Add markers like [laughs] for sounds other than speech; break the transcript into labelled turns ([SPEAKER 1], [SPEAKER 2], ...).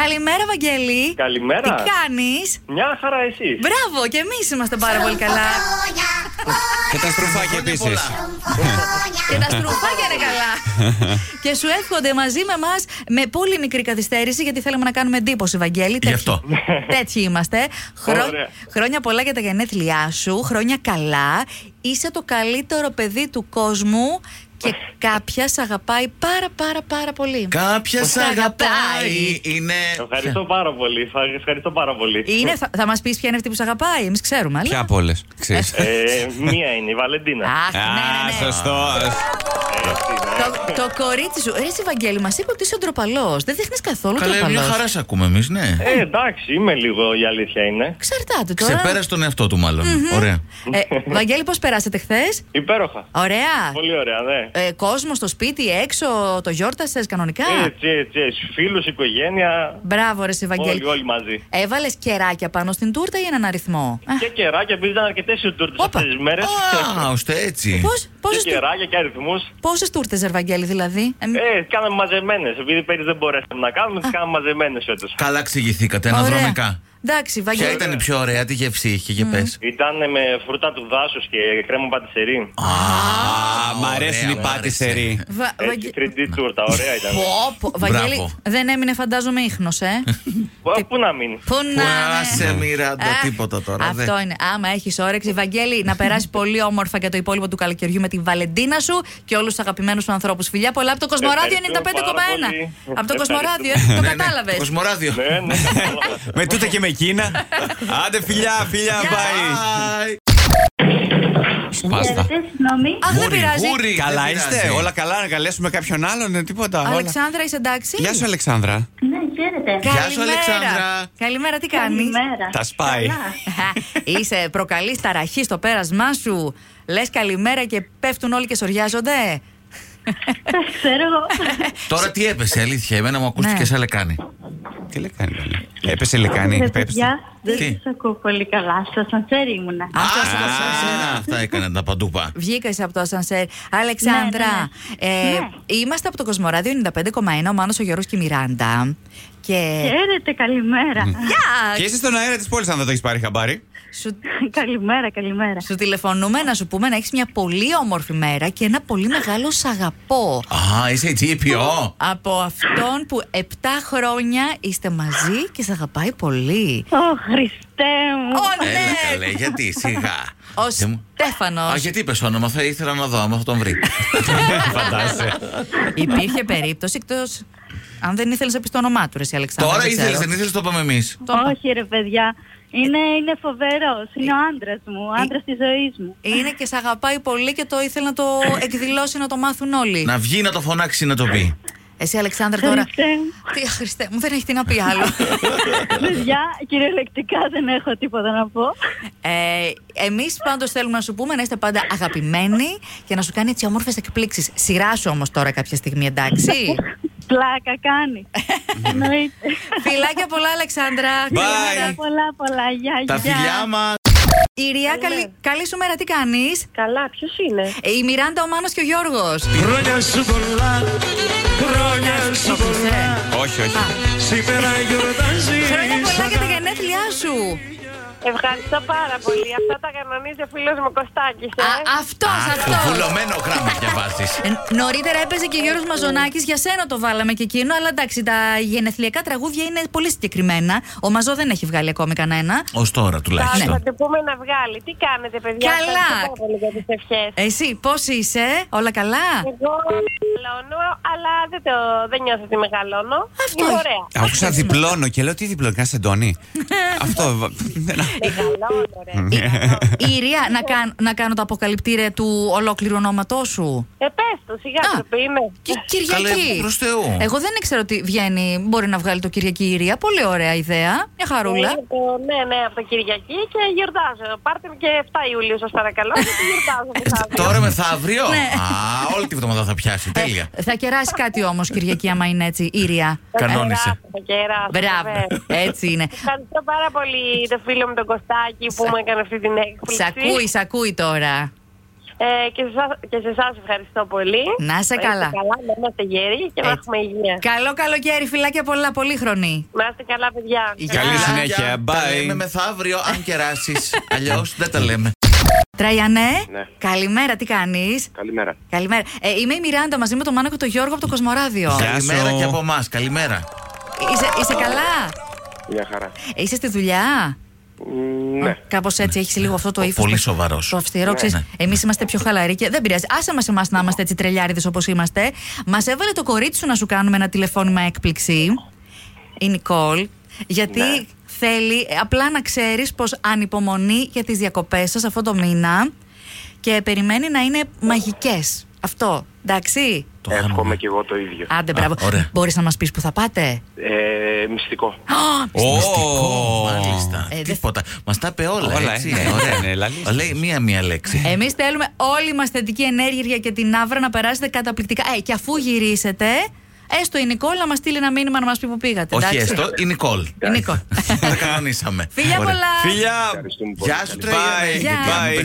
[SPEAKER 1] Καλημέρα, Βαγγέλη.
[SPEAKER 2] Καλημέρα.
[SPEAKER 1] Τι κάνεις.
[SPEAKER 2] Μια χαρά εσύ.
[SPEAKER 1] Μπράβο, και εμείς είμαστε πάρα πολύ καλά.
[SPEAKER 3] Και τα στροφάκια επίση.
[SPEAKER 1] και τα στρουφάκια είναι καλά.
[SPEAKER 2] [laughs]
[SPEAKER 1] και σου εύχονται μαζί με εμά με πολύ μικρή καθυστέρηση, γιατί θέλαμε να κάνουμε εντύπωση, Βαγγέλη.
[SPEAKER 3] Γι' αυτό.
[SPEAKER 1] Τέτοιοι- [laughs] Τέτοιοι είμαστε. Χρό-
[SPEAKER 2] Ωραία.
[SPEAKER 1] Χρόνια πολλά για τα γενέθλιά σου. Χρόνια καλά. Είσαι το καλύτερο παιδί του κόσμου
[SPEAKER 2] [laughs]
[SPEAKER 1] και κάποια σε αγαπάει πάρα πάρα πάρα πολύ.
[SPEAKER 4] Κάποια σ' αγαπάει. Είναι.
[SPEAKER 2] Ευχαριστώ πάρα πολύ. Φα- Ευχαριστώ πάρα πολύ.
[SPEAKER 1] Είναι, θα, θα μας πεις ποια είναι αυτή που σε αγαπάει, εμείς ξέρουμε. αλλά-
[SPEAKER 3] Ποια από όλες.
[SPEAKER 2] Ε, μία είναι η Βαλεντίνα.
[SPEAKER 4] Ε,
[SPEAKER 1] Αχ, ναι, ναι, ναι.
[SPEAKER 3] σωστό.
[SPEAKER 2] Ε, αυτή είναι.
[SPEAKER 1] Το, το κορίτσι σου. Ρε, εσύ, Βαγγέλη, μας είπε ότι είσαι ντροπαλός. Δεν δείχνεις καθόλου
[SPEAKER 4] Καλέ, μια
[SPEAKER 1] ντροπαλός.
[SPEAKER 4] χαρά σ' ακούμε εμείς, ναι.
[SPEAKER 2] Ε, εντάξει, είμαι λίγο η αλήθεια είναι.
[SPEAKER 1] Ξαρτάται τώρα.
[SPEAKER 4] Ξεπέρασε τον εαυτό του, μάλλον. Ωραία.
[SPEAKER 1] Ε, Βαγγέλη, πώς περάσατε χθες.
[SPEAKER 2] Υπέροχα.
[SPEAKER 1] Ωραία.
[SPEAKER 2] Πολύ ωραία, ναι.
[SPEAKER 1] Ε, κόσμο στο σπίτι, έξω, το γιόρτασες κανονικά.
[SPEAKER 2] Έτσι, έτσι, έτσι. Φίλους, οικογένεια.
[SPEAKER 1] Μπράβο, ρε, εσύ,
[SPEAKER 2] Όλοι,
[SPEAKER 1] Βαγγέλη.
[SPEAKER 2] όλοι μαζί.
[SPEAKER 1] Έβαλες κεράκια πάνω στην τούρτα ή έναν αριθμό.
[SPEAKER 2] Και κεράκια, επειδή ήταν αρκετές οι τούρτες
[SPEAKER 1] Όπα.
[SPEAKER 2] αυτές τις μέρες.
[SPEAKER 4] Α, ώστε έτσι.
[SPEAKER 2] Και κεράκια και αριθμούς.
[SPEAKER 1] Πόσες τούρτε, ρε, Βαγγέλη, δηλαδή. Ε, μ-
[SPEAKER 2] Ε, κάναμε μαζεμένες. Επειδή πέρυσι δεν μπορέσαμε να κάνουμε, τι κάναμε μαζεμένες φέτος.
[SPEAKER 4] Καλά ξηγηθήκατε
[SPEAKER 1] ωραία.
[SPEAKER 4] αναδρομικά.
[SPEAKER 1] Εντάξει,
[SPEAKER 4] Ποια
[SPEAKER 1] Βαγγέλη.
[SPEAKER 4] ήταν η πιο ωραία, τι γεύση είχε και πες.
[SPEAKER 2] Ήταν με φρούτα του δάσους και κρέμα πατησερή.
[SPEAKER 3] Α, μ' αρέσουν οι πάτησεροι.
[SPEAKER 1] Βα-
[SPEAKER 2] Έτσι,
[SPEAKER 1] Βαγγε-
[SPEAKER 2] 3D τούρτα, ωραία ήταν.
[SPEAKER 1] Πω, πω, Βαγγέλη,
[SPEAKER 4] Μπράβο.
[SPEAKER 1] δεν έμεινε φαντάζομαι ίχνος,
[SPEAKER 4] [laughs]
[SPEAKER 1] ε.
[SPEAKER 2] Πού- Πού να μείνει.
[SPEAKER 1] Πού να είναι.
[SPEAKER 3] Ναι.
[SPEAKER 4] Άσε μοιράντα
[SPEAKER 1] Αχ,
[SPEAKER 4] τίποτα τώρα. ναι.
[SPEAKER 1] Αυτό
[SPEAKER 4] δεν.
[SPEAKER 1] είναι. Άμα έχεις όρεξη, Βαγγέλη, να περάσει πολύ όμορφα για το υπόλοιπο του καλοκαιριού με τη Βαλεντίνα σου και όλους τους αγαπημένους σου ανθρώπους. Φιλιά, πολλά από το Κοσμοράδιο
[SPEAKER 2] Ευχαριστώ
[SPEAKER 1] 95,1.
[SPEAKER 2] πάρα πολύ.
[SPEAKER 1] Από το
[SPEAKER 2] Ευχαριστώ.
[SPEAKER 1] Κοσμοράδιο, ε, το
[SPEAKER 4] Ναι, ναι,
[SPEAKER 1] κατάλαβες.
[SPEAKER 4] Κοσμοράδιο.
[SPEAKER 2] Ναι, ναι.
[SPEAKER 3] Με τούτα και με εκείνα. Άντε φιλιά, φιλιά, bye.
[SPEAKER 4] Bye.
[SPEAKER 3] Σπάστα.
[SPEAKER 5] Συγγνώμη.
[SPEAKER 1] Αχ, δεν
[SPEAKER 4] Γούρι,
[SPEAKER 1] πειράζει.
[SPEAKER 4] γούρι,
[SPEAKER 3] Καλά
[SPEAKER 4] δεν
[SPEAKER 3] είστε,
[SPEAKER 4] πειράζει.
[SPEAKER 3] όλα καλά, να καλέσουμε κάποιον άλλον, ε, τίποτα. όλα.
[SPEAKER 1] Αλεξάνδρα, είσαι εντάξει.
[SPEAKER 3] Γεια σου, Αλεξάνδρα.
[SPEAKER 5] Ναι, χαίρετε.
[SPEAKER 4] Γεια σου,
[SPEAKER 1] Καλημέρα.
[SPEAKER 4] Αλεξάνδρα.
[SPEAKER 1] Καλημέρα, τι κάνεις.
[SPEAKER 5] Καλημέρα.
[SPEAKER 3] Τα σπάει.
[SPEAKER 5] Καλά.
[SPEAKER 1] [laughs] Είσαι προκαλεί ταραχής στο πέρασμά σου. Λες καλημέρα και πέφτουν όλοι και σοριάζονται.
[SPEAKER 5] Τα ξέρω εγώ.
[SPEAKER 4] Τώρα τι έπεσε, αλήθεια. Εμένα μου
[SPEAKER 1] Ναι.
[SPEAKER 4] ακούστηκε σαν λεκάνη.
[SPEAKER 3] Τι λεκάνη, καλέ. Έπεσε λεκάνη,
[SPEAKER 5] Ρε,
[SPEAKER 3] πέψε.
[SPEAKER 5] παιδιά, Δεν
[SPEAKER 4] Τι?
[SPEAKER 5] σας ακούω πολύ καλά. Στο σαντσέρι ήμουνα.
[SPEAKER 1] Α,
[SPEAKER 4] Α,
[SPEAKER 1] αυτό σου-
[SPEAKER 4] Αυτά έκαναν τα παντούπα.
[SPEAKER 1] Βγήκα από το ασανσέρ. Αλεξάνδρα,
[SPEAKER 5] Ναι, ναι, ναι.
[SPEAKER 1] ε,
[SPEAKER 5] Ναι.
[SPEAKER 1] είμαστε από το Κοσμοράδιο 95,1, ο Μάνος, ο Γιώργος και η Μιράντα. Και...
[SPEAKER 5] Χαίρετε, καλημέρα.
[SPEAKER 1] Γεια!
[SPEAKER 3] Και είσαι στον αέρα της πόλης, αν δεν το έχεις πάρει χαμπάρι.
[SPEAKER 1] Σου,
[SPEAKER 5] καλημέρα, καλημέρα.
[SPEAKER 1] σου τηλεφωνούμε να σου πούμε να έχεις μια πολύ όμορφη μέρα και ένα πολύ μεγάλο σ' αγαπώ.
[SPEAKER 4] Α, είσαι η TPO.
[SPEAKER 1] Από αυτόν που 7 χρόνια είστε μαζί και σε αγαπάει πολύ.
[SPEAKER 5] Ω, Χριστέ μου.
[SPEAKER 1] Ω, ναι!
[SPEAKER 4] Έλα καλέ, γιατί σιγά.
[SPEAKER 1] Ο
[SPEAKER 4] Δεν Ε, μου- ε,
[SPEAKER 1] Στέφανος.
[SPEAKER 4] Α, γιατί είπες όνομα, θα ήθελα να δω άμα θα τον βρει.
[SPEAKER 3] Φαντάζεσαι.
[SPEAKER 1] Υπήρχε περίπτωση εκτός... Αν δεν ήθελες να πεις το όνομά του, ρε, εσύ, Αλεξάνδρα.
[SPEAKER 4] Τώρα
[SPEAKER 1] δεν
[SPEAKER 4] ήθελες,
[SPEAKER 1] ξέρω.
[SPEAKER 4] δεν ήθελες, το είπαμε εμείς.
[SPEAKER 1] Το είπα.
[SPEAKER 5] Όχι, ρε παιδιά. Είναι, είναι φοβερός. Είναι ο
[SPEAKER 1] Ε,
[SPEAKER 5] άντρας μου, ο άντρας της ζωής μου.
[SPEAKER 1] Είναι και σε αγαπάει πολύ και το ήθελε να το εκδηλώσει να το μάθουν όλοι.
[SPEAKER 4] Να βγει να το φωνάξει να το πει.
[SPEAKER 1] Εσύ, Αλεξάνδρα, ε, τώρα.
[SPEAKER 5] Χριστέ μου.
[SPEAKER 1] Τι, Χριστέ μου, δεν έχει τι να πει άλλο.
[SPEAKER 5] Παιδιά, κυριολεκτικά δεν έχω τίποτα να πω.
[SPEAKER 1] ε, Εμείς πάντως θέλουμε να σου πούμε να είστε πάντα αγαπημένοι και να σου κάνει έτσι όμορφες εκπλήξεις. Σειρά σου όμως τώρα κάποια στιγμή, εντάξει.
[SPEAKER 5] Πλάκα κάνει.
[SPEAKER 1] Ε,
[SPEAKER 5] Εννοείται.
[SPEAKER 1] Φιλάκια πολλά, Αλεξάνδρα. Καλημέρα.
[SPEAKER 5] Πολλά, πολλά. Γεια,
[SPEAKER 4] Τα
[SPEAKER 5] γεια.
[SPEAKER 4] φιλιά μας.
[SPEAKER 1] Ηρία, καλή, καλή σου μέρα, τι κάνεις.
[SPEAKER 6] Καλά, ποιος είναι.
[SPEAKER 1] Ε, η Μιράντα, ο Μάνος και ο Γιώργος.
[SPEAKER 7] Χρόνια σου πολλά, χρόνια σου πολλά.
[SPEAKER 3] Όχι, όχι.
[SPEAKER 7] Σήμερα γιορτάζεις
[SPEAKER 1] Χρόνια πολλά για τα γενέθλιά σου.
[SPEAKER 6] Ευχαριστώ πάρα πολύ. Αυτά τα κανονίζει ο φίλος μου Κωστάκης, ε.
[SPEAKER 1] Αυτός,
[SPEAKER 4] Αχ,
[SPEAKER 1] αυτός.
[SPEAKER 4] βουλωμένο γράμμα διαβάζεις.
[SPEAKER 1] Ε, Νωρίτερα έπαιζε και ο Γιώργος Μαζονάκης, για σένα το βάλαμε και εκείνο, αλλά εντάξει, τα γενεθλιακά τραγούδια είναι πολύ συγκεκριμένα. Ο Μαζό δεν έχει βγάλει ακόμη κανένα.
[SPEAKER 4] Ως τώρα
[SPEAKER 5] ναι.
[SPEAKER 6] Θα- Θα
[SPEAKER 4] τουλάχιστον.
[SPEAKER 6] του πούμε να βγάλει. Τι κάνετε, παιδιά.
[SPEAKER 1] Καλά.
[SPEAKER 6] Ευχαριστώ πάρα πολύ για τις ευχές.
[SPEAKER 1] Εσύ, πώς είσαι, όλα καλά.
[SPEAKER 6] Εγώ μεγαλώνω, αλλά δεν, το, δεν νιώθω ότι μεγαλώνω.
[SPEAKER 1] Αυτό
[SPEAKER 6] Είμαι
[SPEAKER 1] είναι.
[SPEAKER 6] ωραία.
[SPEAKER 3] Άκουσα διπλώνω και λέω τι διπλώνω, κάνε εντόνι. Αυτό. βα- δεν α-
[SPEAKER 6] ε, Μεγαλώνω, ρε.
[SPEAKER 1] ε,
[SPEAKER 4] Ναι.
[SPEAKER 1] Η Ηρία, να, κάν- να κάνω το αποκαλυπτήρια του ολόκληρου ονόματός σου.
[SPEAKER 6] Ε, πες του, σιγά
[SPEAKER 1] Α.
[SPEAKER 6] το πει, είναι.
[SPEAKER 1] Κι-
[SPEAKER 4] Ε, Καλέ,
[SPEAKER 1] Κυριακή.
[SPEAKER 4] προς Θεού.
[SPEAKER 1] Εγώ δεν ήξερα ότι βγαίνει, μπορεί να βγάλει το Κυριακή η Ηρία. Πολύ ωραία ιδέα. Μια χαρούλα.
[SPEAKER 6] Είναι το- Ναι, ναι, από το Κυριακή και γιορτάζω. Πάρτε μου και 7 Ιουλίου, σας παρακαλώ,
[SPEAKER 1] [laughs]
[SPEAKER 6] γιατί γιορτάζω. μεθαύριο.
[SPEAKER 4] Τώρα μεθαύριο.
[SPEAKER 1] Ναι.
[SPEAKER 4] Α, όλη τη βδομάδα θα πιάσει. Τέλεια.
[SPEAKER 1] Ε, θα κεράσει κάτι όμως Κυριακή, άμα είναι έτσι, Ηρία.
[SPEAKER 4] Ε,
[SPEAKER 6] Το
[SPEAKER 4] Κανόνισε.
[SPEAKER 6] κεράσω, το κεράσω,
[SPEAKER 4] ε,
[SPEAKER 1] Μπράβο.
[SPEAKER 6] βέβαια.
[SPEAKER 1] Έτσι είναι.
[SPEAKER 6] Ευχαριστώ πάρα πολύ το φίλο μου τον Κωστάκη που μου έκανε αυτή την έκπληξη.
[SPEAKER 1] Σ' ακούει, σ' ακούει τώρα.
[SPEAKER 6] Ε, και, σε εσάς- και σε εσάς ευχαριστώ πολύ.
[SPEAKER 1] Να είσαι καλά.
[SPEAKER 6] καλά, να είμαστε γέροι και να
[SPEAKER 1] Έτσι.
[SPEAKER 6] έχουμε υγεία.
[SPEAKER 1] Καλό καλοκαίρι, φιλάκια πολλά, πολύ χρονή.
[SPEAKER 6] Να είστε καλά, παιδιά.
[SPEAKER 3] Καλή
[SPEAKER 6] Καλά.
[SPEAKER 3] συνέχεια.
[SPEAKER 4] Τα
[SPEAKER 3] bye.
[SPEAKER 4] λέμε μεθαύριο, αν κεράσεις.
[SPEAKER 1] [laughs]
[SPEAKER 4] Αλλιώς δεν τα λέμε.
[SPEAKER 1] Τραϊανέ,
[SPEAKER 8] Ναι.
[SPEAKER 1] καλημέρα, τι κάνεις.
[SPEAKER 8] Καλημέρα.
[SPEAKER 1] Καλημέρα. Ε, είμαι η Μιράντα μαζί με τον Μάνο και τον Γιώργο από το Κοσμοράδιο.
[SPEAKER 3] Γεια
[SPEAKER 4] Καλημέρα
[SPEAKER 3] σου.
[SPEAKER 4] και από εμάς. Καλημέρα.
[SPEAKER 1] Είσαι, είσαι καλά,
[SPEAKER 8] Μια χαρά.
[SPEAKER 1] Ε, είσαι στη δουλειά.
[SPEAKER 8] Μ, Ναι.
[SPEAKER 1] Κάπως έτσι έχεις λίγο αυτό το ύφος.
[SPEAKER 4] πολύ σοβαρός.
[SPEAKER 1] Το αυστηρό, ξέρει.
[SPEAKER 4] Ναι.
[SPEAKER 1] Εμείς είμαστε πιο χαλαροί και δεν πειράζει. Άσε μας εμάς να είμαστε έτσι τρελιάριδες όπως είμαστε. Μας έβαλε το κορίτσι σου να σου κάνουμε ένα τηλεφώνημα έκπληξη. Η Νικόλ. Γιατί
[SPEAKER 8] Ναι.
[SPEAKER 1] θέλει ε, απλά να ξέρεις πως ανυπομονεί για τις διακοπές σας αυτό το μήνα και περιμένει να είναι μαγικές. Αυτό. Εντάξει.
[SPEAKER 4] Το
[SPEAKER 8] Εύχομαι
[SPEAKER 4] χάνουμε.
[SPEAKER 8] και εγώ το ίδιο.
[SPEAKER 1] Άντε, μπράβο.
[SPEAKER 4] ωραία.
[SPEAKER 1] Μπορείς να μας πεις που θα πάτε.
[SPEAKER 8] Ε, μυστικό.
[SPEAKER 3] Ω,
[SPEAKER 4] Μυστικό, Μάλιστα.
[SPEAKER 1] Ε, δεν-
[SPEAKER 4] Τίποτα. Μας τα είπε όλα.
[SPEAKER 3] Όλα,
[SPEAKER 4] έτσι.
[SPEAKER 3] ε.
[SPEAKER 4] Ωραία.
[SPEAKER 3] Ναι, λαλίστης.
[SPEAKER 4] Λέει μία-μία λέξη.
[SPEAKER 1] Εμείς θέλουμε όλη μας θετική ενέργεια και την άβρα να περάσετε καταπληκτικά. Ε, και αφού γυρίσετε, έστω η Νικόλ να μας στείλει ένα μήνυμα να μας πει που πήγατε.
[SPEAKER 4] Όχι
[SPEAKER 1] εντάξει?
[SPEAKER 4] έστω, η
[SPEAKER 1] [laughs]
[SPEAKER 4] Νικόλ.
[SPEAKER 1] Η Νικόλ.
[SPEAKER 4] [laughs] Τα κανονίσαμε.
[SPEAKER 1] Φιλιά
[SPEAKER 4] Ωραία.
[SPEAKER 1] πολλά.
[SPEAKER 3] Φιλιά!
[SPEAKER 8] Ευχαριστούμε πολύ.
[SPEAKER 4] Γεια σου,
[SPEAKER 3] Bye,
[SPEAKER 4] Τρέγια.
[SPEAKER 1] Γεια.
[SPEAKER 3] bye.